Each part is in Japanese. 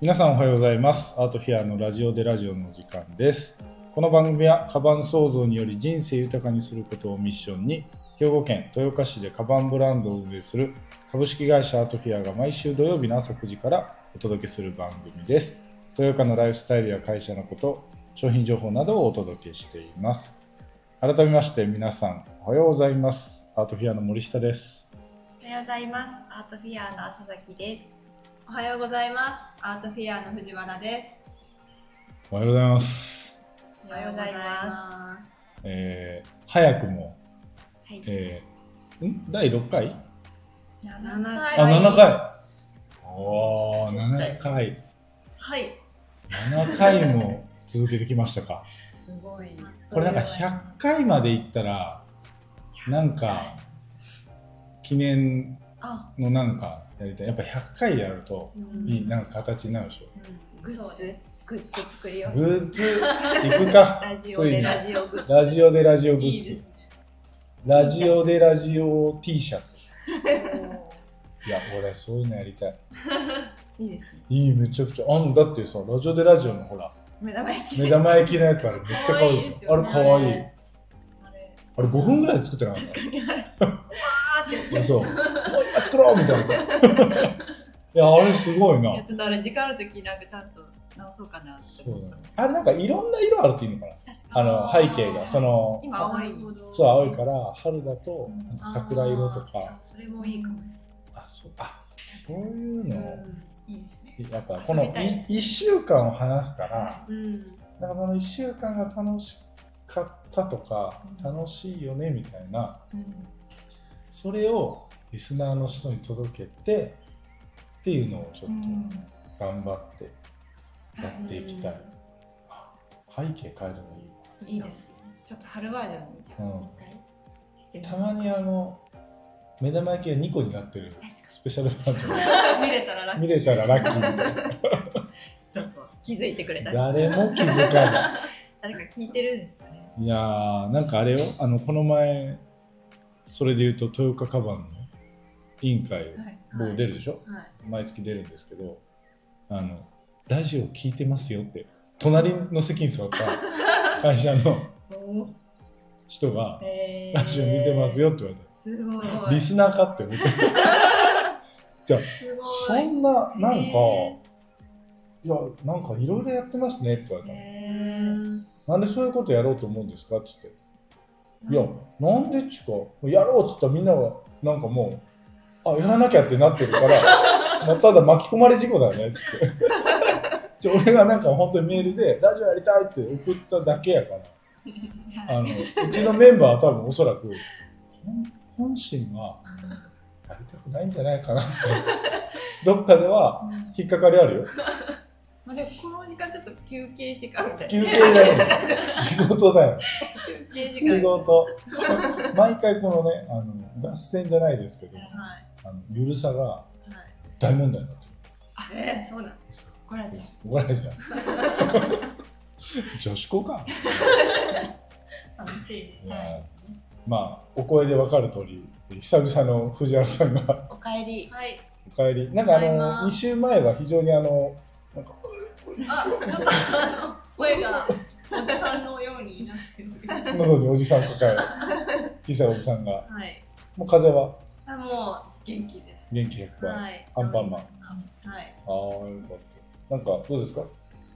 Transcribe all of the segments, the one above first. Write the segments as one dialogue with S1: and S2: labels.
S1: 皆さんおはようございます。アートフィアのラジオでラジオの時間です。この番組はカバン創造により人生豊かにすることをミッションに兵庫県豊岡市でカバンブランドを運営する株式会社アートフィアが毎週土曜日の朝9時からお届けする番組です。豊岡のライフスタイルや会社のこと、商品情報などをお届けしています。改めまして皆さんおはようございます。アートフィアの森下です。
S2: おはようございます。アートフィアの朝崎です。
S3: おはようございます。アートフィアの藤原です。
S1: おはようございます。
S2: おはようございま
S3: ます。
S1: えー早くも
S2: す。はい。
S1: えーん第6回
S2: 7
S1: あ、
S2: 回。
S1: 7。回おー、7回。
S3: はい。
S1: 7回も続けてきましたか。
S3: すごい。
S1: これなんか100回までいったら、なんか、記念
S2: あ、
S1: のなんかやりたい。やっぱ100回やると、
S2: うん
S1: いい、なんか形になるでしょ。
S2: グ
S3: そ
S2: ッ
S3: うで
S2: ズ
S3: す。
S2: グッズ作りよう。
S1: グッズ、行くか
S2: ラ。ジオ
S1: つい
S2: で
S1: に。
S2: ラジオグッズ。
S1: ラジオでラジオグ
S3: いい
S1: ッ
S3: で
S1: ズ
S3: す。ね。
S1: ラジオでラジオ T シャツ。
S2: お
S1: いや、俺そういうのやりたい。
S2: ーいいですね。
S1: いい、めちゃくちゃ。あんだってさ、ラジオでラジオのほら、
S2: 目玉焼き。
S1: 目玉焼きのやつあれめっちゃ可愛い
S3: 可愛いで
S1: じ
S3: す
S1: ゃん。あれ
S3: よね
S1: 可愛い。
S3: あれ
S1: あれ5分ぐらいで作ってなかった。
S3: あーって。
S1: いやそう。もう一回作ろうみたいな。いや、あれすごいない
S3: や。ちょっとあれ時間あるときなんかちゃんと直そうかなって。
S1: そうだね。あれなんかいろんな色あるっていうのかな。
S3: 確か
S1: あ
S3: に。
S1: の背景が、その、
S2: 今青い。
S1: そう青い
S3: ら。
S1: から春だとなんか桜色とか
S3: あ。ー。それもいいかもしれ
S1: あ、そう。あ、そういう
S3: な
S1: の
S3: い。。いいですね。
S1: やっぱこの
S2: 遊びたい
S1: 1週間を話すから、
S3: うん。
S1: なんかその1週間が楽しかったとか、楽しいよねみたいな。
S2: うん
S1: それをリスナーの人に届けてっていうのをちょっ
S2: うん
S1: と頑張ってやっていきたい、背景変えるのいいわ
S3: いいですね。ちょっと春バージョンにじゃあ
S1: うん
S3: 一回してみ
S1: た
S3: ます
S1: まにあの目玉焼きが2個になってる
S3: 確か
S1: スペシャルバージョ
S3: に見れたらラ ッ
S1: ン
S3: キ
S1: 見
S3: ー
S1: れたらラッキーみたい
S3: ちょっと気づいてくれた。
S1: な誰も気づかな
S3: 誰か聞いてるんですかね。
S1: いいやーなんかあれよあのこの前それで言うと豊岡カバンの委員会を
S3: はい。
S1: 僕出るでしょ、
S3: はい。
S1: 毎月出るんですけどあのラジオ聞いてますよって隣の席に座った 会社の人が
S2: えー
S1: ラジオ見てます。よって言われ
S3: すごい。
S1: た、リスナーかって見て
S3: す
S1: そんななんか、いやなんかいろいろやってますねって言われた、なんでそういうことやろうと思うんですかっつってい やなんでっちゅうかやろうっつったらみんながなんかもうあやらなきゃってなってるから まあただ巻き込まれ事故だよねっつって じゃあ俺がなんか本当にメールで「ラジオやりたい」って送っただけやからあのうちのメンバーは多分おそらく本本心はやりたくないんじゃないかなって どっかでは引っかかりあるよ
S3: まあ、でもこの時間ちょっと休憩時間みたいな。
S1: 休憩だよ仕事だよ
S3: 休憩時
S1: 仕
S3: 間。
S1: 事毎回このねあの脱線じゃないですけど
S3: はい。
S1: あのゆるさが
S3: はい。
S1: 大問題になってる
S3: あ、えー、そうなんですか。怒られちゃう。
S1: 怒られる じゃん女子校か
S3: 楽しいです
S1: い
S3: ね。
S1: やまあお声で分かる通り久々の藤原さんが
S2: おかえり。
S3: はい。
S1: お帰りなんかあ
S3: ただ
S1: の
S3: いま
S1: 2週前は非常にあのなんか
S3: あ、ちょっとあの声がおじさんのようになっております。
S1: 喉におじさん 抱える小さいおじさんが
S3: はい。
S1: もう風邪は
S3: あ、もう元気です。
S1: 元気100倍、あ
S3: はい。
S1: アンパンマン
S3: はい。
S1: あーよかったなんかどうですか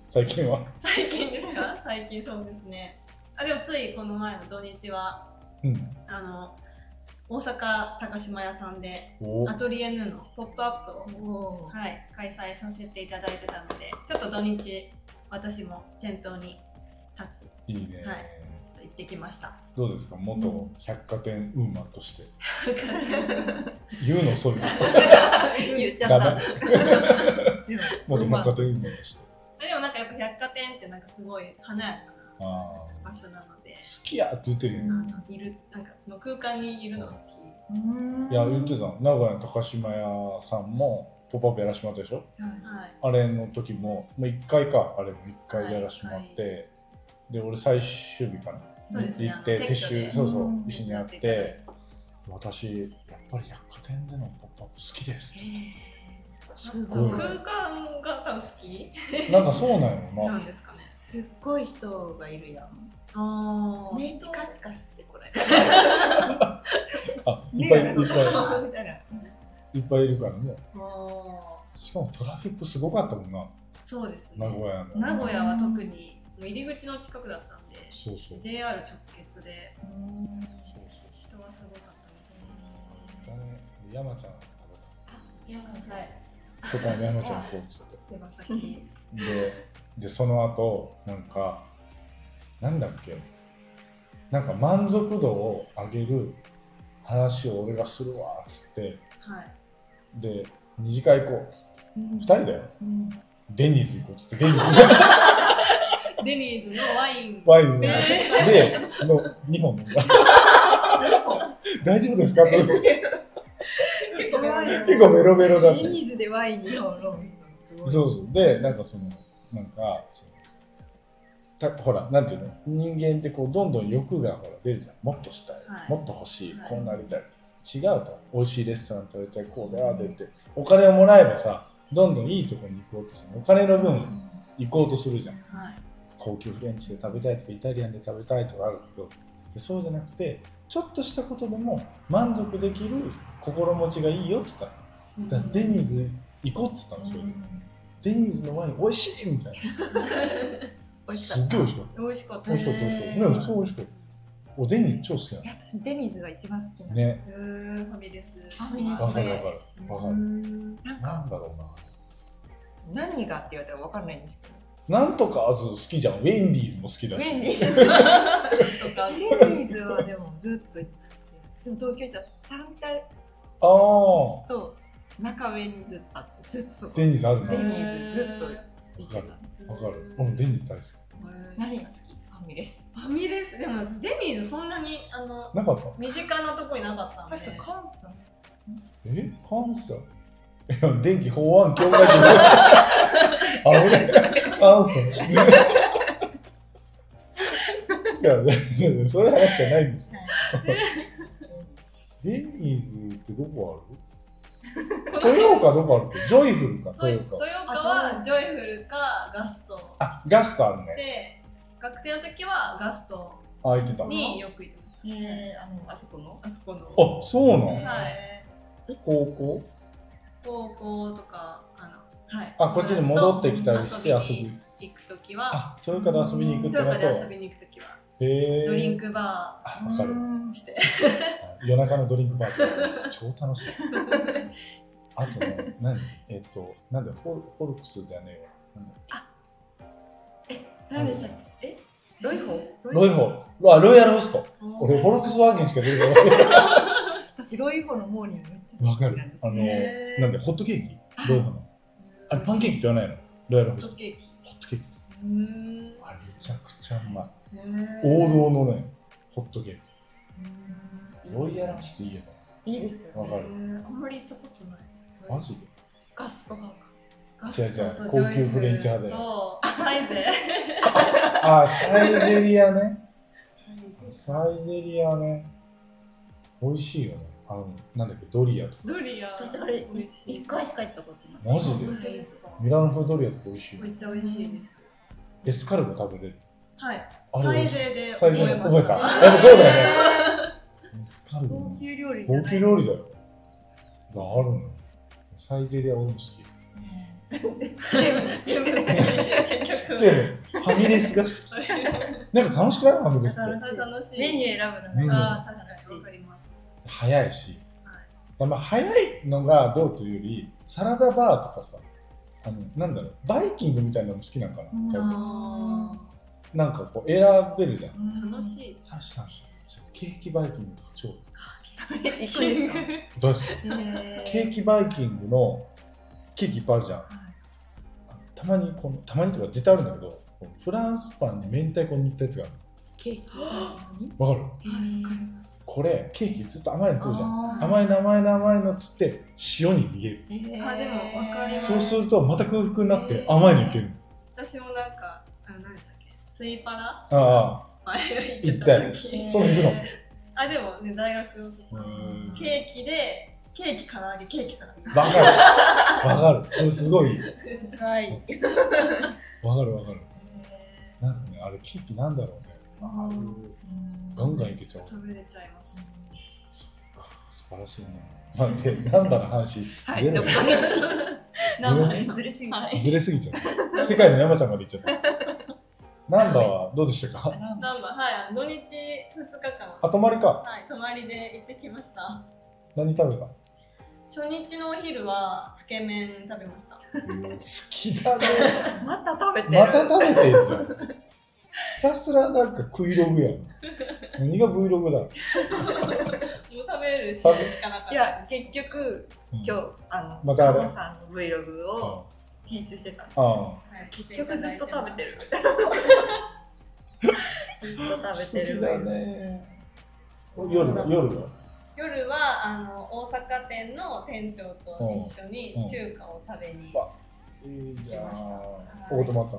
S1: 最近は
S3: 最近で すか？最近そうですね。あ、でもついこの前の土日は
S1: うん
S3: あの大阪高島屋さんで
S1: お
S3: アトリエヌーのポップアップを
S2: おー
S3: はい、開催させていただいてたのでちょっと土日私も店頭に立ちちょ
S1: いいね、
S3: はいっと行ってきま した
S1: どうですか元百貨店ウーマンとして
S3: 言
S1: 言うの そういうの
S3: っちゃっ
S1: ダ
S3: た
S1: メ
S3: でも
S1: 元百貨店ウーマンと して
S3: でもなんかやっぱ百貨店ってなんかすごい華やか
S1: ああ
S3: な場所なので
S1: 好きやって言ってるよ
S3: あ
S1: ね、
S3: のいるなんかその空間にいるのが好き、
S2: うん
S1: いや言ってたの名古屋の高島屋さんも「ポップアップやらしてもらったでしょ
S3: はい、
S1: あれの時ももう1回かあれも1回やらしてもらって、
S3: は
S1: で俺最終日かな
S3: そうですね
S1: 行って
S3: あの
S1: 撤
S3: 撤去
S1: 収
S3: で
S1: そうそう
S2: うん
S1: 一緒にやっ
S3: 手伝って
S1: て私やっぱり百貨店での「ポップアップ好きです
S2: えーす
S1: ごい
S3: 空間が多分好き
S1: なんかそうなんやろ
S3: な
S1: な。
S3: んですかね。
S4: すっごい人がいるやん
S3: ああ。
S4: 目チカチカしてこれ
S1: あ、いっ ぱいいっぱ
S3: あーみたい な。あ
S1: いいっぱいいるからね。
S3: ー
S1: しかもトラフィックすごかったもんな、
S3: そうです
S1: 名
S3: ね
S1: 古。屋の。
S3: 名古屋は特に入り口の近くだったんで、
S1: そうそう。そう
S3: JR 直結で
S1: そうそ
S3: 人がすごかったです
S1: う。だね。で山ちゃん、
S4: やば
S3: ね。はい。
S1: 初回の山ちゃんこうっつって。
S3: 手羽 先。
S1: ででその後なんかなんだっけなんか満足度を上げる話を俺がするわっつって
S3: はい。
S1: で二次会行こうっつって
S4: うん
S1: 二人だよ
S4: うん
S1: デニーズ行こうっつってデニーズ
S3: デニーズのワイン。
S1: ワインをでの2本飲んだ 大丈夫ですかって
S3: 結構ワイン。
S1: 結構メロメロだった
S4: デニーズでワイン2本飲む人すごい
S1: そうそうでなんかそのなんかそのたほらなんていうの人間ってこうどんどん欲がほら出るじゃんもっとしたい、
S3: はい
S1: もっと欲しい、
S3: はい
S1: こうなりたい違うと美味しいレストラン食べたいこうだああでってお金をもらえばさどんどんいいところに行こうとさお金の分行こうとするじゃん
S3: はい。
S1: 高級フレンチで食べたいとかイタリアンで食べたいとかあるけどでそうじゃなくてちょっとしたことでも満足できる心持ちがいいよって言ったのだか らデニーズ行こうって言ったのそれで。デニーズのワイン美味しいみたいな。
S4: 美味し
S1: す
S4: か
S1: っ
S4: っ
S1: げ
S4: た
S1: え美
S4: い
S1: 味しかっ。
S3: 美味しかった
S1: 美味しかった、美味しかった。ね、普通美味しかった。お、デニーズ超好きな
S4: や私デニーズが一番好きな
S1: の。
S4: の
S1: ね。
S3: うーんファミレス。
S4: ファミレス
S1: わかるわかる。わか
S4: う
S1: る。
S4: んなん
S1: な
S4: か
S1: んだろう
S4: 何がって言われたらわかんないんですけど
S1: な。なんとかあず好きじゃん。ウェンディーズも好き
S4: ウ
S1: だし。
S4: ェンディーズ
S3: とか。
S4: デニーズはでもずっと行ってでも東京行ったら三茶
S1: ああ。
S4: と中目にずっとあってずっとそこ
S1: デニーズあるな。
S4: デ
S1: わ
S4: ニーズずっと行ってた
S1: かる。俺もデニーズ大好
S3: へー
S4: 何が好きファミレス
S3: ファミレスでもデニーズそんなにあの
S1: き。なかった
S3: 身近なとこになかったんで。
S4: 確か関西
S1: え関西いや、電気法案協会じゃない。あ、俺、関西。じゃあね、そういう話じゃないんですよ。デニーズってどこある豊岡どこあるっけジョイフルか、
S3: トヨ
S1: 豊
S3: ト
S1: 岡。
S3: ヨカはジョイフルかガスト
S1: あ、ガストあるね。
S3: で学生の時はガスト
S1: あ、開いてた。あ、
S3: によく行ってました、
S4: えあのあそこの
S3: あそこの
S1: そうなの
S3: はい
S1: え高校
S3: 高校とかあのはい
S1: あ、こっちに戻ってきたりして
S3: 遊
S1: 遊
S3: びに
S1: び。
S3: 行く時は
S1: あ、豊岡で遊びに行くって
S3: ト
S1: こ
S3: ヨカ
S1: と
S3: で。遊びに行く時は
S1: へえ。
S3: ドリンクバ
S1: あ、わかる。
S3: ーして
S1: 夜中のドリンクバーとか超楽しい。あとね、何えっと、なんだよホル、ホルクスじゃねえわ。
S4: 何でしたっ
S1: け
S4: けえロイホ
S1: ロイホル。あ、ロイヤルホスト。俺、
S3: 俺
S1: ホルクスワーゲンしか出てこない。
S4: 私ロイホのモーニングめっちゃ
S1: わ
S4: 好き
S1: か
S4: な
S1: る
S4: んで。す
S1: あの、
S3: へー
S1: なんで、ホットケーキロイホの。あれ、パンケーキって言わないのロイヤル
S3: ホ
S1: ホ
S3: ッ
S1: ス
S3: ト
S1: ト。
S3: ケーキ
S1: ホットケーキって。
S3: うーん
S1: あれ、めちゃくちゃうまい。
S3: へー
S1: 王道のね、ホットケーキ。ロイヤル
S3: へ
S1: ホストいいよね。
S4: いいですよ
S1: わ
S4: ね
S1: かる。
S3: ーあんまり行ったことない
S1: マジで
S4: ガストバーか
S3: ガストと
S1: 違う違う高級フレンチ派だよ
S3: よサイゼ
S1: あ、サイゼリアね。サイゼリアね。美味しいよね。あの、なんだっけ、ドリアとか。
S3: ドリア
S4: 私あれ
S3: 美味しい
S4: 一回しか行ったことない
S1: マジで
S3: 本当ですか
S1: ミラノ風ドリアとか美味しいよ
S3: め。っちゃ美味しいです。
S1: エスカルゴ食べれる。
S3: はい。
S1: あ
S3: サ
S1: れ
S3: イゼで
S1: サイゼ
S3: 覚
S1: リ
S3: え
S1: ア
S3: ま
S1: 覚え。
S3: したた。
S1: やっぱそうだよね。エスカルゴ
S4: 高
S1: ね。
S4: 級料理じゃ
S1: 高
S4: な
S1: 級
S4: い
S1: 料理だよ。だあるのよ。サイゼリア俺も好き。
S4: 全部全部
S3: 結局
S1: 違う違うファミレスが好き。なんか楽しくないファミレスって。
S3: 楽しい。
S4: メニュー選ぶ
S1: メニ
S4: の
S1: ュー
S3: あ
S4: が
S3: ー確かにわかります。
S1: 早いし
S3: は。
S1: まあ、早いのがどうというより、サラダバーとかさ、あの、なんだろう、バイキングみたいなのも好きなんかな。多分
S3: あ
S1: なんかこう選べるじゃん。
S3: ー楽しいです。
S1: サシさんケーキバイキングとか超
S4: いくんですか
S1: 大好きケーキバイキングのケーキいっぱいあるじゃん、たまにこのたまにとか絶対あるんだけどこうフランスパンに明太子塗ったやつがある
S4: ケーキ
S1: わかる
S4: うん
S1: これケーキずっと甘いの食うじゃん
S4: あー
S1: 甘いの甘いの甘いのっつって塩に逃げる
S4: えー
S3: あでもわかります
S1: そうするとまた空腹になって甘いのいける
S3: 私もなんかあの何でしたっけスイパラ
S1: あ
S3: 前行ってた
S1: 行
S3: 時
S1: あ。そういうの
S3: あでもね大学の時
S1: うん
S3: ケーキでケーキ唐揚げケーキ唐揚
S1: わかる。わかる。それすごい。
S3: げはい
S1: わかるわかる。なんかね、あれケーキなんだろうね。ああいうガンガンいけちゃう。
S3: 食べれちゃいます
S1: そっか素晴らしいね。 待って、なんだの話、
S3: はい
S1: ゼロ
S3: どこ名前
S4: ずれすぎちゃう
S3: はい
S1: ずれすぎちゃう。世界の山ちゃんまで行っちゃった。ナンバーはどうでしたか
S4: ラーメン
S3: ナンバーはい土日2日間
S1: あ、泊まりか。
S3: はい泊まりで行ってきました
S1: 何食べた
S3: 初日のお昼はつけ麺食べました
S1: 好きだね。
S4: また食べてる
S1: また食べてんじゃん。ひたすらなんか食いログやん。何が Vlog だ。
S3: もう食べるししかなかった
S4: いや結局
S1: うん
S4: 今日あの
S1: またあれ
S4: 鴨さんの Vlog を
S1: あ
S4: 編集してたんです
S1: あ。
S3: はい
S4: 結局ずっと食べ てるずっと食べて
S1: 好
S4: る
S1: きだね。夜だ、夜だ。
S3: 夜はあの大阪店の店長と一緒に
S1: うんうん
S3: 中華を食べに、
S1: うわいいじゃん
S3: 来ました。
S1: おごとまった。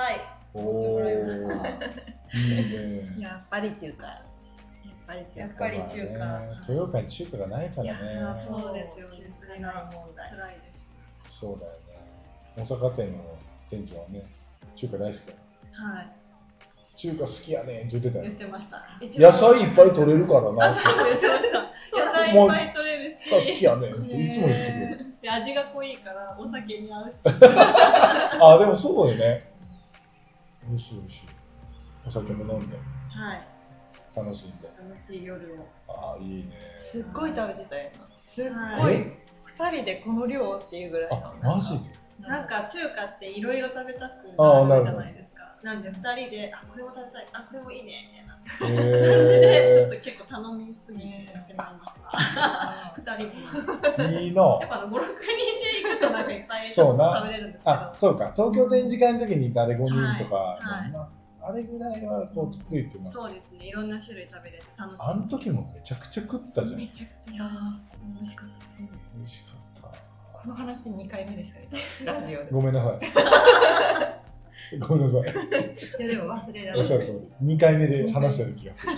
S3: はいおごってもらいました
S1: おーいいね。
S4: やっぱり中華やっぱり中華
S3: やっぱり中華
S1: まあね豊岡に中華がないから
S4: い
S1: ね
S4: や。ー
S3: そうですよね
S4: 中華が問題
S3: 辛いです
S1: そうだよね。大阪店の店長はね、中華大好きだよ。
S3: はい
S1: 中華好きやねんって言ってたよ
S3: 言っ。てました一番
S1: 野菜いっぱい取れるからな。
S3: あ
S1: さ
S3: そう言ってま した野菜いっぱい取れるし
S1: 好きやねんっていつも言ってくる。
S3: で味が濃いからお酒に合うし
S1: あでもそうだよね美味しい美味しいお酒も飲んで
S3: はい
S1: 楽しんで
S3: 楽しい夜を
S1: ああいいね
S4: すっごい食べてたよ今すっご
S3: はい
S4: 二人でこの量っていうぐらい
S1: あ
S4: の
S1: マジで
S3: なんか中華っていろいろ食べたく
S1: あーなる
S3: な
S1: ほど
S3: るじゃないですかなんで二人であこれも食べたいあこれもいいねみたいな感じでち
S1: へ
S3: ょっと結構頼みすぎてしまいました
S4: あ
S3: 二人も
S1: えいいな
S3: やっぱ56人で行くとなんかいっぱいちょっと食べれるんですけど
S1: あそうか東京展示会の時に誰5人とか、
S3: いはい
S1: まあ、あれぐらいはこうつついてな
S3: そうですねいろんな種類食べれて楽しいです
S1: あの時もめちゃくちゃ食ったじゃん
S4: め
S1: 美
S4: ちゃくちゃ食べ
S3: いや
S4: ました
S3: ー美味しかったです
S1: 味しかった
S4: この話2回目ですよねラジオで
S1: ごめんなさい ごめんなさい
S4: いやでも忘れら
S1: おっ
S4: れ
S1: しゃ
S4: な
S1: る
S4: い
S1: 通り2回目で話してる気が する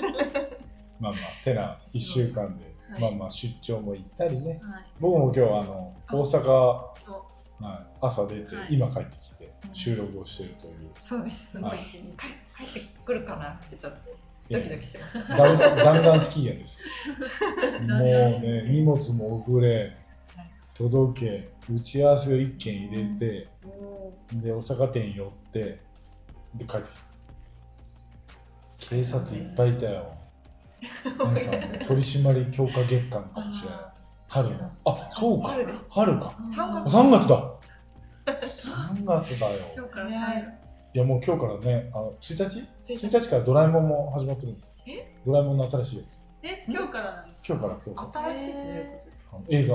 S1: まあまあてな1週間で、
S3: はい
S1: まあまあ出張も行ったりね
S3: はい
S1: 僕も今日あの
S4: あ
S1: 大阪、
S3: と
S1: はい、朝出て、
S3: はい
S1: 今帰ってきて
S4: うん
S1: 収録をしてるという
S4: そうです
S3: すごい一日
S4: 帰帰ってくるかなってちょっとドキドキしてます
S1: いや弾弾丸スキーヤーですも
S3: 弾
S1: う
S3: 丸スキー
S1: ね荷物も遅れ届け打ち合わせを1件入れて、で大阪店寄ってで帰ってきた警察いっぱいいた よなんかね取り締まり強化月間かもしれない春のあそうか
S4: 春です
S1: 春か
S4: 三
S1: あ
S4: 月
S1: 3月 だ3月だよ
S3: 今日から3月
S1: いやもう今日からね、あの1日
S4: 一日
S1: ?1 日からドラえもんも始まってるの。ドラえもんの新しいやつ。
S3: え今日からなんですか
S1: 今日から今日から。
S4: 新しいっていうことですか
S1: あの映画、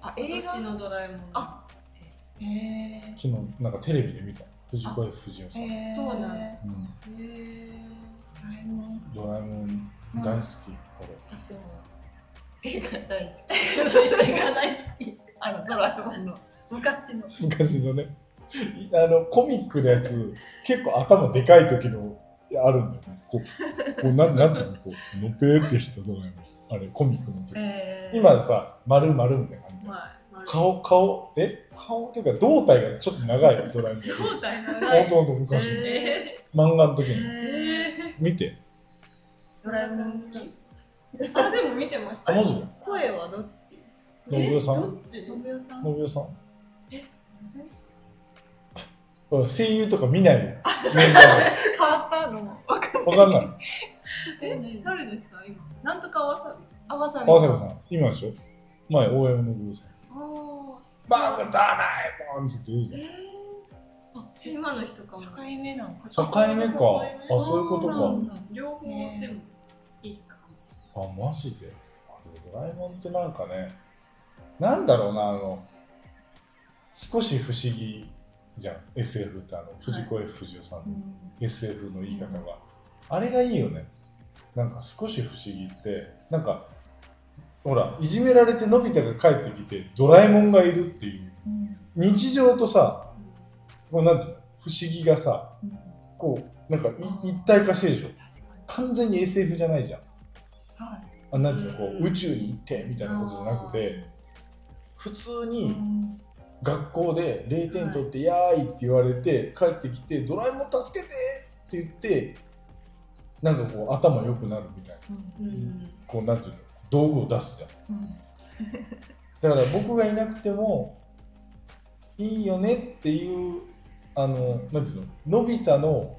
S4: あ
S3: 今
S4: 映画
S3: 年のドラえもん
S4: あへえ
S1: 昨日なんかテレビで見た。藤子 F 不二雄さん。うん
S4: へー
S3: そうなんですへー
S4: ドラえもん
S1: ドラえもん大好き、これ。
S4: 私も映画大好
S3: 映画大好き
S4: きあのドラえもんの昔の
S1: 昔のね、あのコミックのやつ、結構頭でかい時のあるんだよね。こう、こうなんなんていうの、こう、のぺーってしたドラえもん。あれ、コミックの時。
S4: えー
S1: 今さ、丸丸みたいな感じで。
S3: はい丸い
S1: 顔、顔、え顔っていうか、胴体がちょっと長いドラえもん。
S3: 胴体の
S1: 本
S3: 長い
S1: 当本当昔、
S3: え
S1: 漫画の時に
S3: ー
S1: 見て
S4: ドラえもん好き
S3: あでも見てました
S1: あマジで
S4: 声はどっち
S1: 信代さん
S3: えどっち
S4: 信代さん
S1: 信代さんうん声優とか見ないの年代
S4: 変わったのもわかん
S1: わかんない
S3: え誰でした今なんとかわさびさん
S4: あわさび
S1: わさびさん今でしょ前大山信代さん
S3: あ
S1: 「バカだなえもん!」って言う
S3: ー
S1: じ
S3: え
S4: あ
S3: ー今の人かも
S4: 初回目なんです
S1: ゃん境目かあそういうこと
S4: そうな
S1: か
S4: んだ
S3: 両方
S4: ね
S3: でも聞いてたかもしれない
S1: あマジであでもドラえもんってなんかねなんだろうなあの少し不思議じゃん SF ってあの藤子 F 不二雄さんの、SF の言い方が、あれがいいよねなんか少し不思議ってなんかほらいじめられてのび太が帰ってきてドラえもんがいるっていう
S4: うん
S1: 日常とさこうなんていうの不思議がさ
S4: うん
S1: こうなんかい一体化してるでしょ
S4: 確かに
S1: 完全に SF じゃないじゃん
S4: は
S1: あなんていうのこう宇宙に行ってみたいなことじゃなくて普通に学校で0点取って「やーい!」って言われて帰ってきて「ドラえもん助けて!」って言ってなんかこう頭良くなるみたいな
S3: うん
S1: こうなんていうの道具を出すじゃんだから僕がいなくてもいいよねっていうあのなんていうののび太の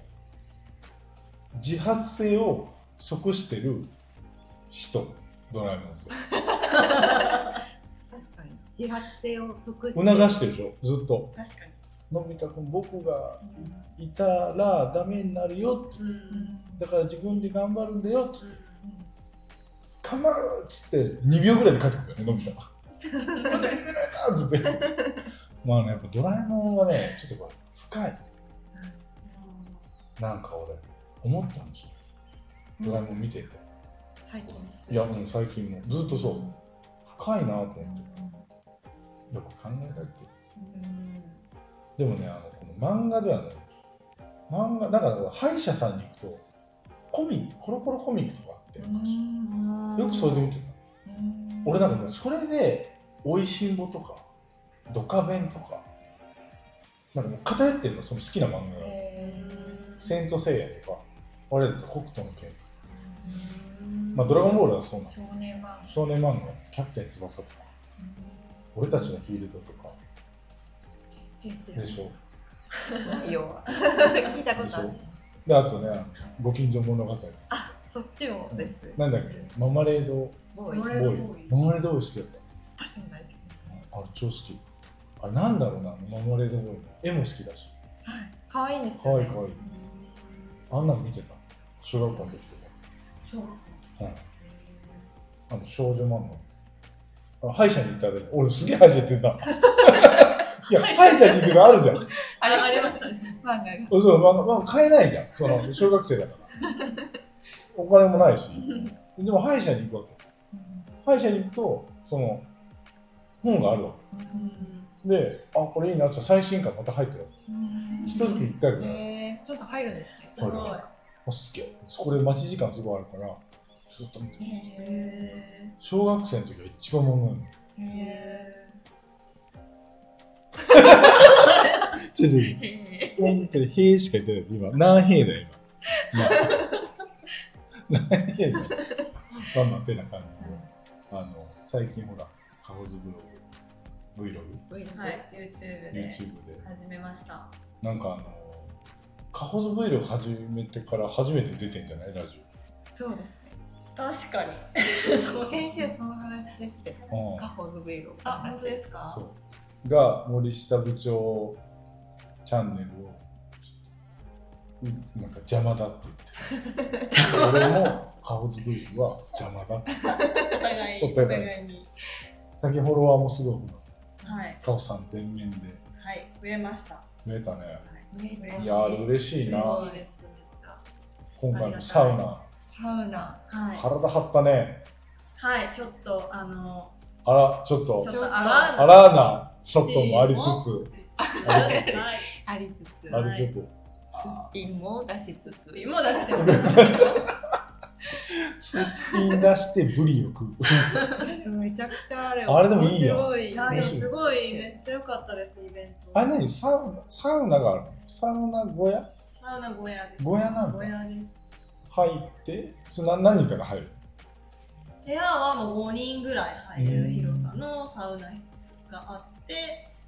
S1: 自発性を即してる人ドラえもんって
S4: 確かに自発性を即して
S1: 促してるでしょずっと
S3: 確かに
S1: のび太くん僕がいたらダメになるよって
S3: うん
S1: だから自分で頑張るんだよっつって頑張るっつって2秒ぐらいで帰ってくるからねのび太は。またやってられたっつってまあねやっぱドラえもんはねちょっとやっぱ深いなんか俺思ったんですよ
S4: うん
S1: ドラえもん見てて、
S4: 最近です
S1: いやもう最近もずっとそう深いなと思って
S4: う
S1: よく考えられてる
S4: ん
S1: でもねあのこの漫画ではね漫画だからほら歯医者さんに行くとコミックコロコロコミックとかあって昔よくそれで見てた俺なんかねそれで「おいしんぼ」とか「ドカベン」とかなんかもう偏ってるのその好きな漫画が「セント・セイヤ」とか「我らと北斗の拳」とかまあ「ドラゴンボール」はそうなの
S2: 少年は
S1: 少年漫画「キャプテン翼」とか「俺たちのフィールド」とか
S4: 全然知らな
S1: で
S4: い
S1: しょ
S4: 内容は聞いたこ
S1: で
S4: と
S1: し
S4: ある
S1: ょであとね「ご近所物語」
S4: あそっちもです
S1: なんだっけママレード
S4: ボ
S3: マ
S4: ー
S3: マ
S4: イ
S3: レ
S1: ボ
S3: ー
S1: ーイママレードボーイ好きだっ
S4: 私も大好きです
S1: たあ超好きあれなんだろうなママレードボーイの絵も好きだし
S4: 可愛いんです
S1: かわ
S4: よ
S1: いい
S4: ね
S1: かわいいあんなの見てた小学校の時と
S3: 小学校
S1: かはいあの少女漫画あ歯医者に行ったら俺すげえ歯医者行ってんだいや歯医者に行くのあるじゃん
S3: あれありましたね
S4: 漫画が
S1: そう、まあ、まあ、買えないじゃん。その、小学生だから。お金もないし。でも、歯医者に行くわけ。歯医者に行くと、その、本があるわけ。で、あ、これいいなって最新刊また入ってるわけ。一時一回ぐらい。
S4: えーちょっと入るんですね
S3: す
S1: そう
S3: ご
S1: で
S3: い
S1: すあ、すっげえ。これ待ち時間すごいあるから、ずっと見てる
S3: へ
S1: 小学生の時は一番漫画読んだ
S3: え
S1: ちょちょちょ、本当に平しか言ってない。今、何平だよ、今。な何平だよ。まあまあ、てな感じで。あの、最近ほら、カホズブログ、Vlog、
S3: はい YouTube で
S1: YouTube で、
S3: 始めました
S1: なんかあの、カホズ Vlog 始めてから初めて出てんじゃないラジ
S4: そうですね
S3: 確かにそう
S2: 先週その話でしてた
S1: オ。うん
S4: カ。ホズブイロ
S3: あ本当ですか
S1: そう。が、森下部長チャンネルを、ちょっとうんなんか邪魔だって言って。俺もカホズ Vlog は邪魔だって。
S3: お互い
S1: お互い
S3: に
S1: 最近フォロワーもすごいほら、
S3: はい
S1: カホさん全面で
S3: はい増えました
S1: 増えたね。
S3: 嬉し
S1: い
S3: い
S1: やー、嬉しいな。
S3: 嬉しいですめっちゃ
S1: 今回のサウナ、
S2: サウナ
S3: はい
S1: 体張ったね。
S3: はいちょっとあの
S1: あら、ちょっと
S3: ちょ、っとアラ
S1: アラーナショットもありつあり
S3: はい
S4: ありつつ
S1: つ、ありつつ、
S4: ピンも出しつつ
S3: 今出してます
S1: すっぴん出してブリを食う。
S4: めちゃくちゃあれ
S1: あれでもいいやん
S4: 面白
S3: い
S4: い
S3: やでもすごい
S4: ね
S3: めっちゃ良かったですイベント
S1: あれ何サウナ、サウナがあるのサウナ小屋
S3: サウナ小屋です
S1: 小屋なんだ
S3: 小屋です
S1: 入って、それな何人から入る
S3: 部屋はもう5人ぐらい入れ
S1: う
S3: る
S1: ん
S3: 広さのサウナ室があって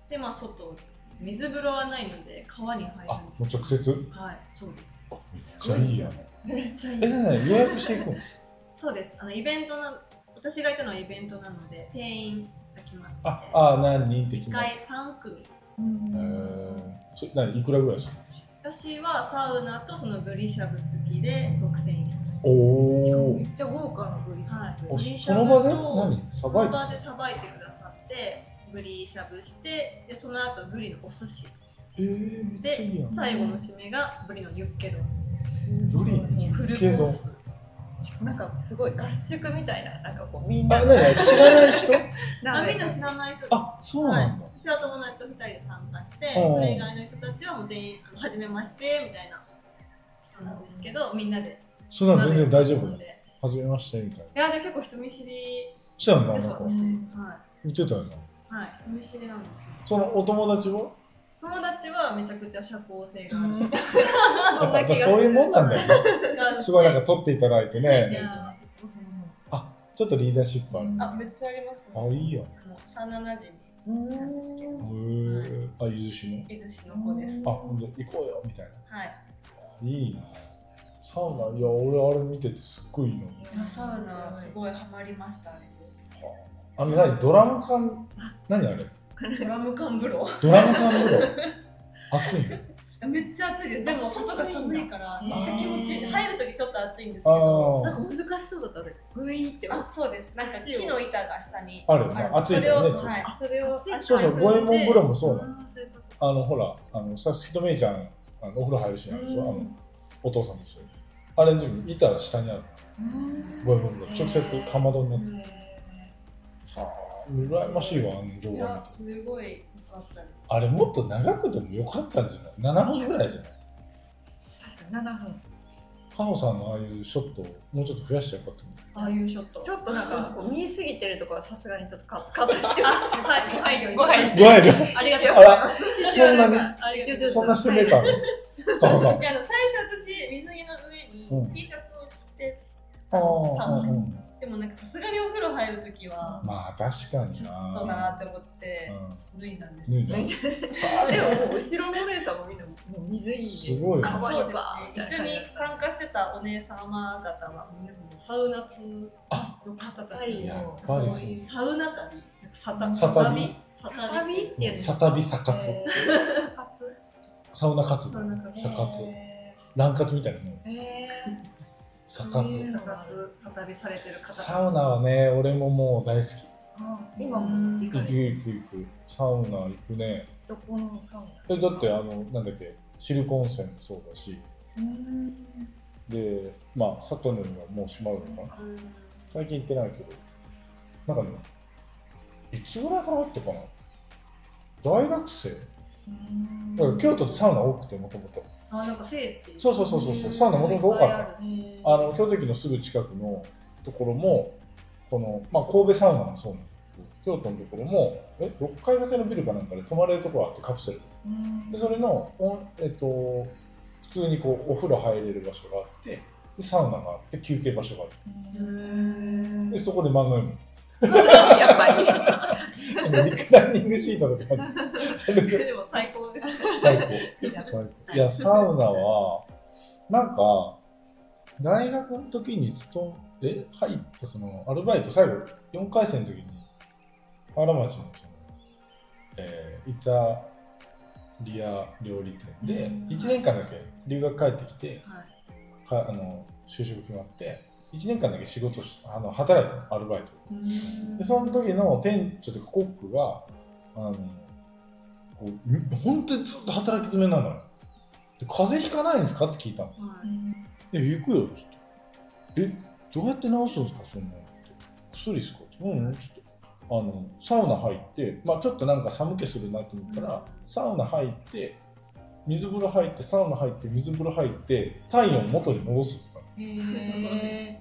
S3: でまあ外水風呂はないので川に入
S1: あ、
S3: るん
S1: も
S3: で
S1: う
S3: す
S1: 直接
S3: はいそうです
S1: めっちゃいいやん。
S3: めっちゃいい
S1: え、
S3: です
S1: 何予約していくの
S3: そうですあのイベントな私がいたのはイベントなので定員が決まって
S1: あ、あ、何人って
S3: て
S1: 決
S3: 1
S1: まる
S3: 回3組
S1: へーそれ何いくらぐらいするの
S3: 私はサウナとそのブリシャブ付きで6000円
S1: お
S4: しかもめ
S1: ー
S4: っちゃ豪華なブリス
S3: はい
S1: お。
S3: ブリシ
S1: そ
S3: ャ
S1: の
S3: ブ
S1: 場で
S3: と
S1: 何さ
S3: そ
S1: ばい
S3: の
S1: て
S3: 場でさばいてくださってブリシャブしてでその後ブリのお寿司
S1: えー、めっちゃいい
S3: で
S1: やん。
S3: 最後の締めがブリのユッケ丼
S1: ブリ
S3: フルコ
S1: けど
S3: ース
S4: しかもなんかすごい合宿みたいななんかこうみんな
S1: あ、何知らない人
S3: あみんな
S4: な
S3: 知らない人です
S1: あ、そうなんだ
S3: はい。私は友達と2人で参加して
S1: うん
S3: それ以外の人たちはもう全員あの初めましてみたいな人なんですけどみんなで
S1: そんなの全然大丈夫
S3: 飲んで
S1: 初めましてみたいな。
S3: いやで結構人見知り
S1: してたんだ、な
S3: で
S1: ん
S3: す
S1: か
S3: 私
S4: うん
S3: は
S1: 言ってたよな。
S3: い、はい、人見知りなんですけ
S1: そのお友達は
S3: ど友達はめちゃくちゃ社交性がある、
S4: うん
S1: やっぱやっぱそういうもんなんだ よね。すごいなんか取っていただいて
S3: い
S1: ね。
S3: や
S4: いつもそのま
S1: あ、ちょっとリーダーシップある。
S3: あめっちゃあります
S1: あ、
S3: ね
S1: いいよ。
S3: あの幼馴染
S4: ま
S3: なんですけど
S1: へーあ、伊豆市の。
S3: 伊豆市の方です
S1: あ、ほんで行こうよみたいな。
S3: はい
S1: いいな。サウナ、いや、俺あれ見ててすっごいいいよ。
S3: いやサウナすごいハマりましたね。
S1: あの、何ドラム缶、何あれ
S3: ドラム缶風呂。
S1: ドラム缶風呂。熱いの
S3: めっちゃ暑いです。でも外が寒いからめっちゃ気持ちいい。入るときちょっと暑いんですけど。
S1: あ
S4: なんか難しそうだった俺グイーって
S3: あ、そうです。なんか木の板が下に
S1: あ、あるよね。熱い
S3: そ
S1: んだ
S3: れを
S1: よね。
S3: はい、それを
S4: 熱い
S1: そうそう、五右衛門風呂もそうなの。
S4: あーそういうこと
S1: あの、ほら、あの、さ、すきとめいちゃん、あのお風呂入るシーンあるでしょ、あの、お父さんと一緒に。あれの時に板が下にある。五右衛門風呂。直接かまどになってる。はあ、羨ましいわ、あの動
S3: い
S1: 画
S3: や、。すごい良かったです。
S1: あれもっと長くてもよかったんじゃない ?7 分ぐらいじゃない
S4: 確かに7分
S1: ハモさんのああいうショットをもうちょっと増やしてよかったのに
S3: ああいうショット。
S4: ちょっとなんかこう見えすぎてるとこはさすがにちょっとカットカットしてま
S3: はい、ご配慮い
S4: ご
S3: ただい
S4: 配
S3: て
S1: ご配慮
S3: ありがとうございます。
S1: そんなに
S3: ありがとうございます。
S1: そんな攻めたのハモさん
S3: い。やあの最初私水着の上
S1: う
S3: に
S1: ん
S3: T シャツを着て
S1: あ
S3: たんで
S1: あ
S3: すサウ
S1: う
S3: ナ
S1: ん
S3: に
S1: うん
S3: でもなんかさすがにお風呂入るときは
S1: まあ確かに
S3: ちょ
S1: な。
S3: っとなーって思っ
S1: う
S3: て
S1: ん
S3: 脱いだんです
S1: 脱いだ
S4: すでももう後ろのお姉さんもみんなもう水着です
S1: ごい
S4: か
S1: な
S3: あ
S4: わい
S3: そ
S4: い
S3: うで
S4: わ
S3: すね、一緒に参加してたお姉様方は皆さんもうサウナ通
S1: あ
S3: の方た
S4: や
S3: ち
S1: やっぱりそう
S3: サウナ旅サタ
S1: サタビ
S3: サタビ
S4: 畳っていうの
S1: サタビサ活、
S4: えーサ活
S1: サウナ活動
S4: サウナ活
S1: サ活
S4: え
S1: ラン活みたいなもん
S4: ーえー
S1: サ
S4: そうい
S1: 活
S4: うの
S3: サタツサタビされてる方たち
S1: サウナはね俺ももう大好
S4: あ今も行
S1: き
S4: か
S1: 行
S4: れ
S1: く行
S4: て
S1: く行くサウナ行くね
S4: どこのサウナ
S1: えだってあのなんだっけシリコン泉もそうだし
S4: うん
S1: でまあサトヌーはもう閉まるのかな
S3: うん
S1: 最近行ってないけどなんかねいつぐらいからあったかな大学生だから京都ってサウナ多くてもともと
S3: あなんか聖地
S1: そうそうそうそうそうサウナもともと多かったあの京都駅のすぐ近くのところもこの、まあ、神戸サウナもそうなんですけど京都のところもえ6階建てのビルかなんかで泊まれるところあってカプセルでそれの、おえっと、普通にこうお風呂入れる場所があってでサウナがあって休憩場所があってでそこで漫画読む
S4: やっぱ
S1: あのリクライニングシートの感じあれで
S3: でも最高です
S1: 最高最高いやサウナはなんか大学の時に勤めえ入ったそのアルバイト最後4回生の時に河原町のその、えーイタリア料理店で1年間だけ留学帰ってきて
S3: はい
S1: かあの就職決まって1年間だけ仕事しあの働いたのアルバイトでその時の店長というかコックがあのこうん本当にずっと働き詰めなのよで風邪ひかないんですかって聞いたの
S3: はい
S1: 「え行くよ」っつって「えどうやって治すんですかそんなの」って「薬ですか?」って「うん」っつってあのサウナ入って、まあ、ちょっとなんか寒気するなと思ったら、サウナ入って水風呂入ってサウナ入って水風呂入って体温元に戻すっつったの
S4: り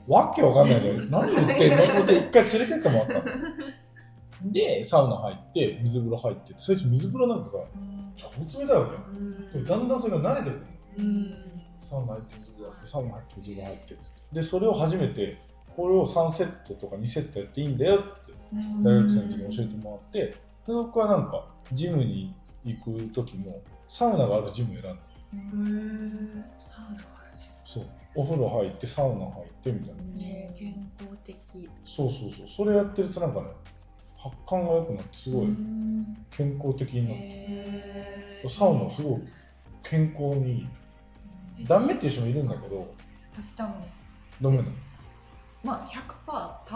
S1: わけわかんないじゃん。何言ってんのと思って一回連れてってもらったの。で、サウナ入って、水風呂入って、最初水風呂なんかさ、超冷たいわけよ。でもだんだんそれが慣れてくるの。サウナ入って、水風呂入って、サウナ入って、水風呂入ってっつって。で、それを初めて、これを3セットとか2セットやっていいんだよって、大学生の時に教えてもらって、でそこからなんか、ジムに行く時も、サウナがあるジム選んだ。
S3: サウナがあるじ
S1: そう。お風呂入って、サウナ入ってみたいな。
S4: 健康的
S1: そうそうそうそれやってるとなんかね発汗が良くなってすごい健康的になる、サウナすごい健康にいいダメっていう人もいるんだけど
S4: 私ダメです
S1: ダメなの
S4: まあ100%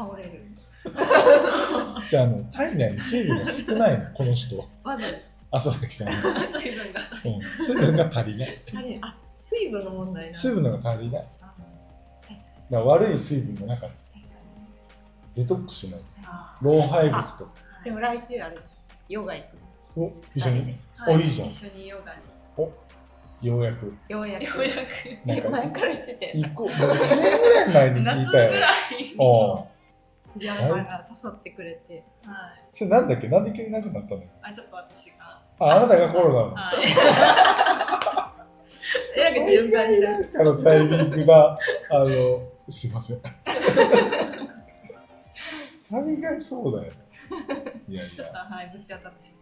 S4: 倒れる
S1: じゃああの体内に水分が少ないのこの人は
S4: まず
S1: 朝崎さんは、
S3: ゃん水分が
S1: うん、水分が足りない
S4: あれあ水分の問題な
S1: 水分のが足りないだか
S4: あ確から
S1: 悪い水分の中に
S4: に確かに
S1: デトックスしない
S3: あ
S1: 老廃物とか
S4: でも来週あれですヨガ行く
S1: お一緒に、
S3: ーはい
S1: おいいじゃん
S3: 一緒にヨガに
S1: おようやく
S4: ようやく
S3: ようやく
S1: なんか
S4: 前から言ってて
S1: 1個1年ぐらい前に聞い
S3: 夏ぐ
S1: たよ
S3: らい
S1: ああ
S4: 藤原さんが誘ってくれて
S3: はい
S1: それなんだっけなんで急になくなったの
S3: あちょっと私が
S1: ああなたがコロナの
S3: はい
S4: えらく順番にな
S1: なんかのタイミングが、あの、すいません。大概そうだよね。いやい
S3: ちょっ
S1: や、
S3: とはいぶち当たってし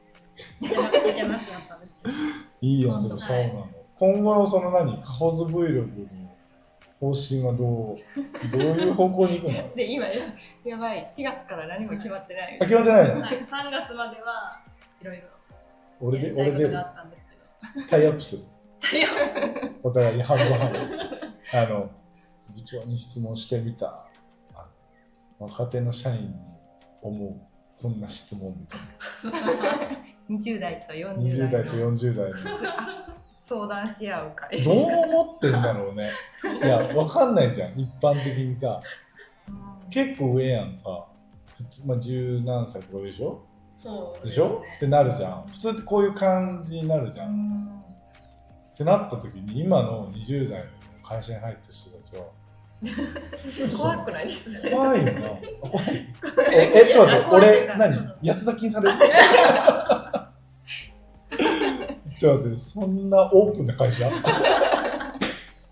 S3: まったいけなくなったんですけど
S1: いいよ、でもそうなの。今後のその何、カオズ Vlog の方針はどう、どういう方向に行くの
S4: で今ややばい4月から何も決まってない
S1: あ決まってないの
S3: はい、3月まではいろいろ
S1: 俺
S3: や
S1: で、
S3: りた
S1: 俺
S3: いこと
S1: で
S3: があったんですけど
S1: タイアップする。
S3: タイアッ
S1: お互いに半分半分。あの、部長に質問してみた。あの若手の社員に思う、こんな質問みたいな。
S4: 20代と40
S1: 20代
S4: 代
S1: と
S4: の
S1: 40代の。
S4: 相談し合う会
S1: どう思ってんだろうね。いや、わかんないじゃん、一般的にさ。結構上やんか。普通まあ、十何歳とか上でしょ
S3: そう
S1: ですしょって
S3: ね
S1: なるじゃん。普通ってこういう感じになるじゃん。ってなった時に、今の20代の会社に入った人たちは。
S4: 怖くないですね
S1: 怖いよな。怖い。え、ちょっと待って、
S4: 怖いっていう
S1: 俺
S4: か、
S1: 何安田金さ れるちょっと待って、そんなオープンな会社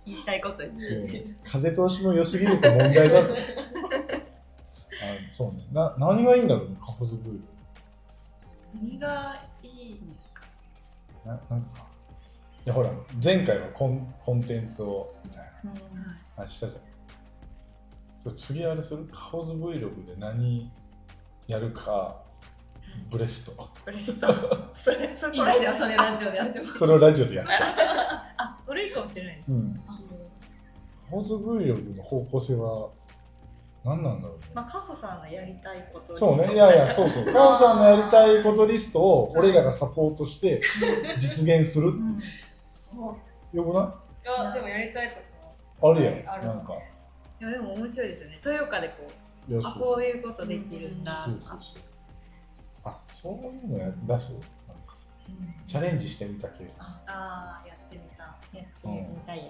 S4: 言いたいこと言って
S1: うん風通しも良すぎると問題だ ぞ。あそうね。な何がいいんだろうね、カホズブール。
S3: 何がいいんですか
S1: ななんか。いやほら、前回はコンコンテンツをみたいな話したじゃん。それ次あれするカホズ Vlog で何やるか、ブレスト。
S4: 嬉しそう それそれ
S3: いいですよそれラジオでやっても
S1: それをラジオでやっちゃ
S4: あそれいいかもしれないです
S1: う。うん。
S3: あの
S1: カホズ Vlog の方向性は何なんだろうね。
S4: まあカホさんのやりたいこと
S1: そうね、いやいや、そうそう。カオさんのやりたいことリストを俺らがサポートして実現する
S4: う。ん
S3: も
S1: よくな
S3: ういやでもやりたいこと
S1: いあるやん
S3: はい。ある
S1: なんか。
S4: いやでも面白いですよね豊岡でこう
S1: よし
S4: あこういうことできるんだ
S1: そうそうそうあ、そういうのや出すなんかチャレンジしてみた系。
S3: ああやってみた
S4: やってみたいや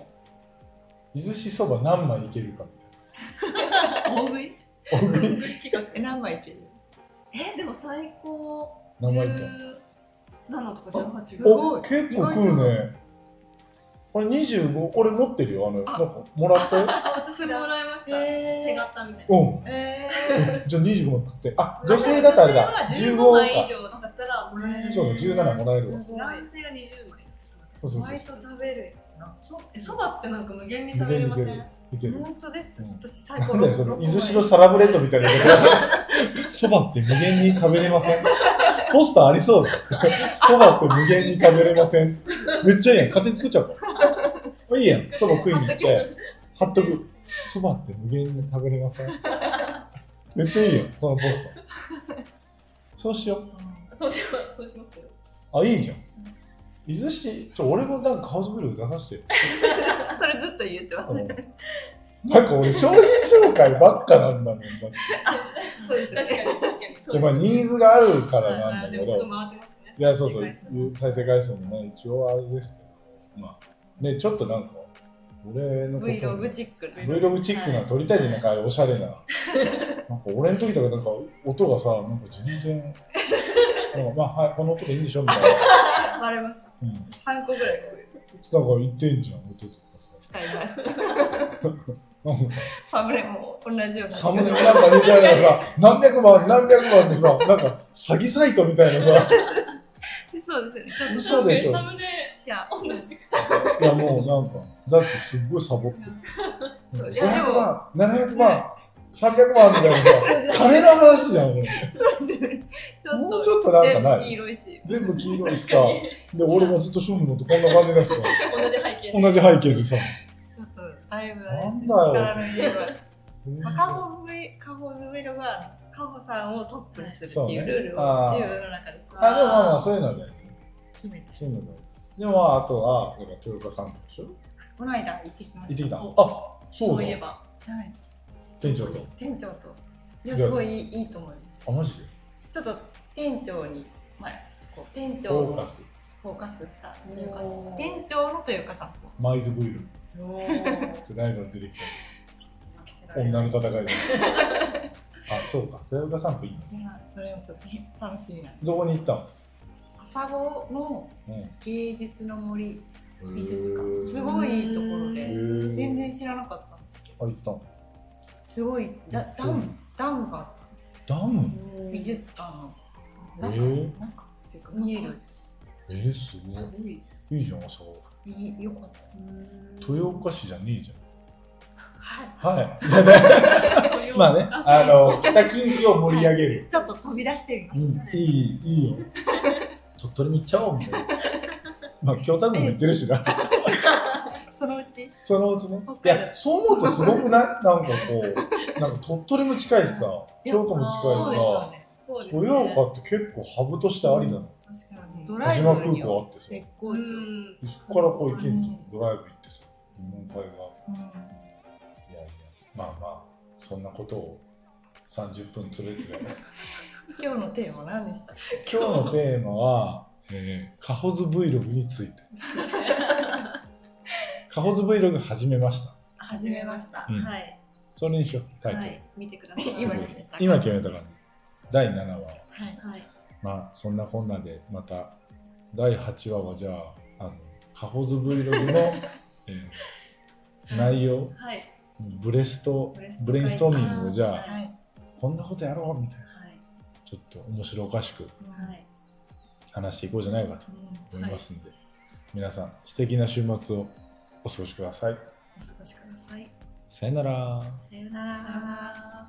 S1: 伊豆しそば何枚いけるかみたいな。大食い
S3: 大食い大食い企画
S4: つえ何枚いける
S3: えでも最高
S1: 何枚いっ
S3: 17とか18ぐらい
S1: お、
S4: すごい
S1: 結構食うね。これ25、俺持ってるよ。あの、なんかもらったよ。
S3: あ私もらいました手
S4: え
S3: 形みたいな
S1: うん。
S4: え
S1: じゃあ25枚食って。あ、女性だったらあれだ。
S3: 女性
S1: 15
S3: は15枚以
S1: か。
S3: 上だったらもらえる
S1: そうだ、17もらえるわ。
S3: 男性は20枚
S1: そうそうそう。
S4: と食べる
S3: そえそばってなんか無限に食べれませ
S1: 無
S3: ん
S1: 限にいける。
S4: 本当です
S1: うん
S4: 私最
S1: な
S4: 高
S1: んだよ、そ
S4: 六
S1: の、
S4: 個
S1: 伊豆しのサラブレッドみたいなこと。そばって無限に食べれません。ポスターありそうだ。そばって無限に食べれません。めっちゃいいやん。勝手に作っちゃうから。いいやん。そば食いに行って、貼っとく。そばって無限に食べれません。めっちゃいいやん、そのポスター。そうしよう。
S3: そうしますそうしますよ
S1: あ、いいじゃん。伊豆市、ちょ、俺もなんかカオスブルー出させてよ。
S4: それずっと言ってます
S1: なんか俺、商品紹介ばっかなんだもん。だって
S4: そうです
S3: 確かに確かに そう
S1: でまあ、ニーズがあるから
S3: はい
S1: な
S3: は
S1: ん
S3: い
S1: だ
S3: で
S1: け
S3: も
S1: ど
S3: す。ぐ回ってますしね
S1: いや、そうそ
S3: 再生回数
S1: う、再生回数もね、一応あれですけど、まあ、ね、ちょっとなんか、俺のこと、
S4: Vlog チックな
S1: Vlog チックな撮りたいじゃん、なんかあれおしゃれな。なんか俺の時とか、なんか音がさ、なんか全然、なんかまあ、はい、この音でいいんでしょみたいな。
S4: バレました
S1: うん、
S4: 3個ぐらい
S1: なんか言ってんじゃん、音とかさ。
S4: 使 います
S1: なんかさ
S4: サムネも同じような
S1: サムネもなんかみたいなさ、何百万、何百万でさ、なんか詐欺サイトみたいなさ、
S4: そうですよね
S1: 嘘でしょ
S3: サ。ムで
S4: いや
S3: 同じ
S1: いやもうなんか、だってすっごいサボってる。
S4: そういやで
S1: 500
S4: も
S1: 万、700万、300万みたいなさ、金の話じゃん、これ。
S4: そうですよねちょっ
S1: もう
S4: と
S1: ちょっとなんか
S4: 全
S1: な
S4: 部黄
S1: い。
S4: 色いし
S1: 全部黄色いしさ
S3: 確か、に
S1: で、俺もずっと商品持ってこんな感じだしさ、
S3: 同じ背景
S1: 同じ背景でさ、
S4: ちょっとだいぶあれ
S1: な
S4: です
S1: ん
S4: ね
S1: だよ
S4: 力。の入れ具合
S1: 全
S4: ま
S1: 然
S4: あ、カホベカホズベロがカホさんをトップにするっていうルールを
S1: そうね
S4: 自由の中でこう
S1: あ、でもまあまあ、そういうのは大丈
S4: 決めて
S1: 夫。そういうのは大丈夫。でもまあ、あとは、だから豊岡さんでしょ
S4: この間行ってきま
S1: 行っ
S4: して
S1: きた。あ
S3: お、
S1: そ
S3: そうういえ
S1: だ。
S3: ば
S4: た、はい、
S1: 店長と。
S4: 店長といやすごいいいいいと思いま
S1: あ、マジです
S4: ちょっと店長に、まあ、こう店
S1: フォ
S4: 長
S1: ーカ
S4: の
S1: ス。
S4: フォーカスしたというか
S3: おー
S4: 店長のというかさ
S1: マイズグイルっ
S3: おー
S1: てライバル出てき
S4: 負けてら
S1: た
S4: れ
S1: 女
S4: ない
S1: の戦い であそうか寺岡さんといいね
S4: いやそれもちょっとへ楽しみなんです
S1: どこに行ったの、
S4: 朝顔の
S1: うん
S4: 芸術の森美術
S1: へー
S4: 館すごいいいところ
S1: へ
S4: で
S1: ー
S4: 全然知らなかったんですけど
S1: あ行ったの
S4: すごいだダムダムがあったんです
S1: ダム
S4: 美術館のそ
S1: え
S4: の
S1: ー、
S4: 中中っていうか
S3: 見
S4: 見
S3: え
S4: え
S3: る
S4: る
S1: えー、す
S3: す
S1: ご
S3: ごいです
S1: いいいじゃんそう
S4: いいよかったです
S1: 豊岡市じゃねえじゃん
S4: はい
S1: はいじゃあまあねあ
S3: の
S1: の北近畿を盛り上げる
S4: ちょっと飛び出してみま
S1: う
S4: す、
S1: ん、いい、いいよ。鳥取も行っちゃおうみたいな。まあ、京丹後も行ってるしな。
S4: そのうち
S1: そのうちね。い
S3: 北海道
S1: や、そう思うとすごくないなんかこう、なんか鳥取も近いしさ、
S4: いや
S1: 京都も近い
S4: そ
S1: し
S4: うですよね
S3: そうですね
S1: さ、豊岡って結構ハブとしてありだな。
S3: 確かに
S4: ド
S1: 田
S4: ライ
S1: 島
S4: ブ
S1: 空
S4: には
S1: 港あってさ、
S4: 絶
S3: う
S4: 好調、うん
S3: ん
S1: そっからこう行けずにドライブ行ってさ、日本海側とかさ。いやいや、まあまあ、そんなことを30分つれつれ。
S4: 今日のテーマ何でした
S1: 今日のテーマは、えー、カホズ Vlog について。カホズ Vlog 始めました。
S3: 始めました、
S1: うん
S3: はい
S1: それにしよう、タイト
S3: は
S1: ル。
S3: い見てください
S4: 今決めた
S1: 今決めたから、ね、第7話。
S4: はい
S3: はい
S1: まあ、そんなこんなで、また、第8話はじゃあ、あのカホズ Vlog の、えー内容、
S3: はい
S1: ブレスト
S3: ブレス、ト
S1: ブレインストーミングをじゃあ、
S4: はい
S1: こんなことやろうみたいな、
S3: はい
S1: ちょっと面白おかしく
S3: はい
S1: 話していこうじゃないかと思いますんで、皆さん、素敵な週末をお過ごしください。
S3: お過ごしください
S1: さよなら。
S4: さよな
S3: さようなら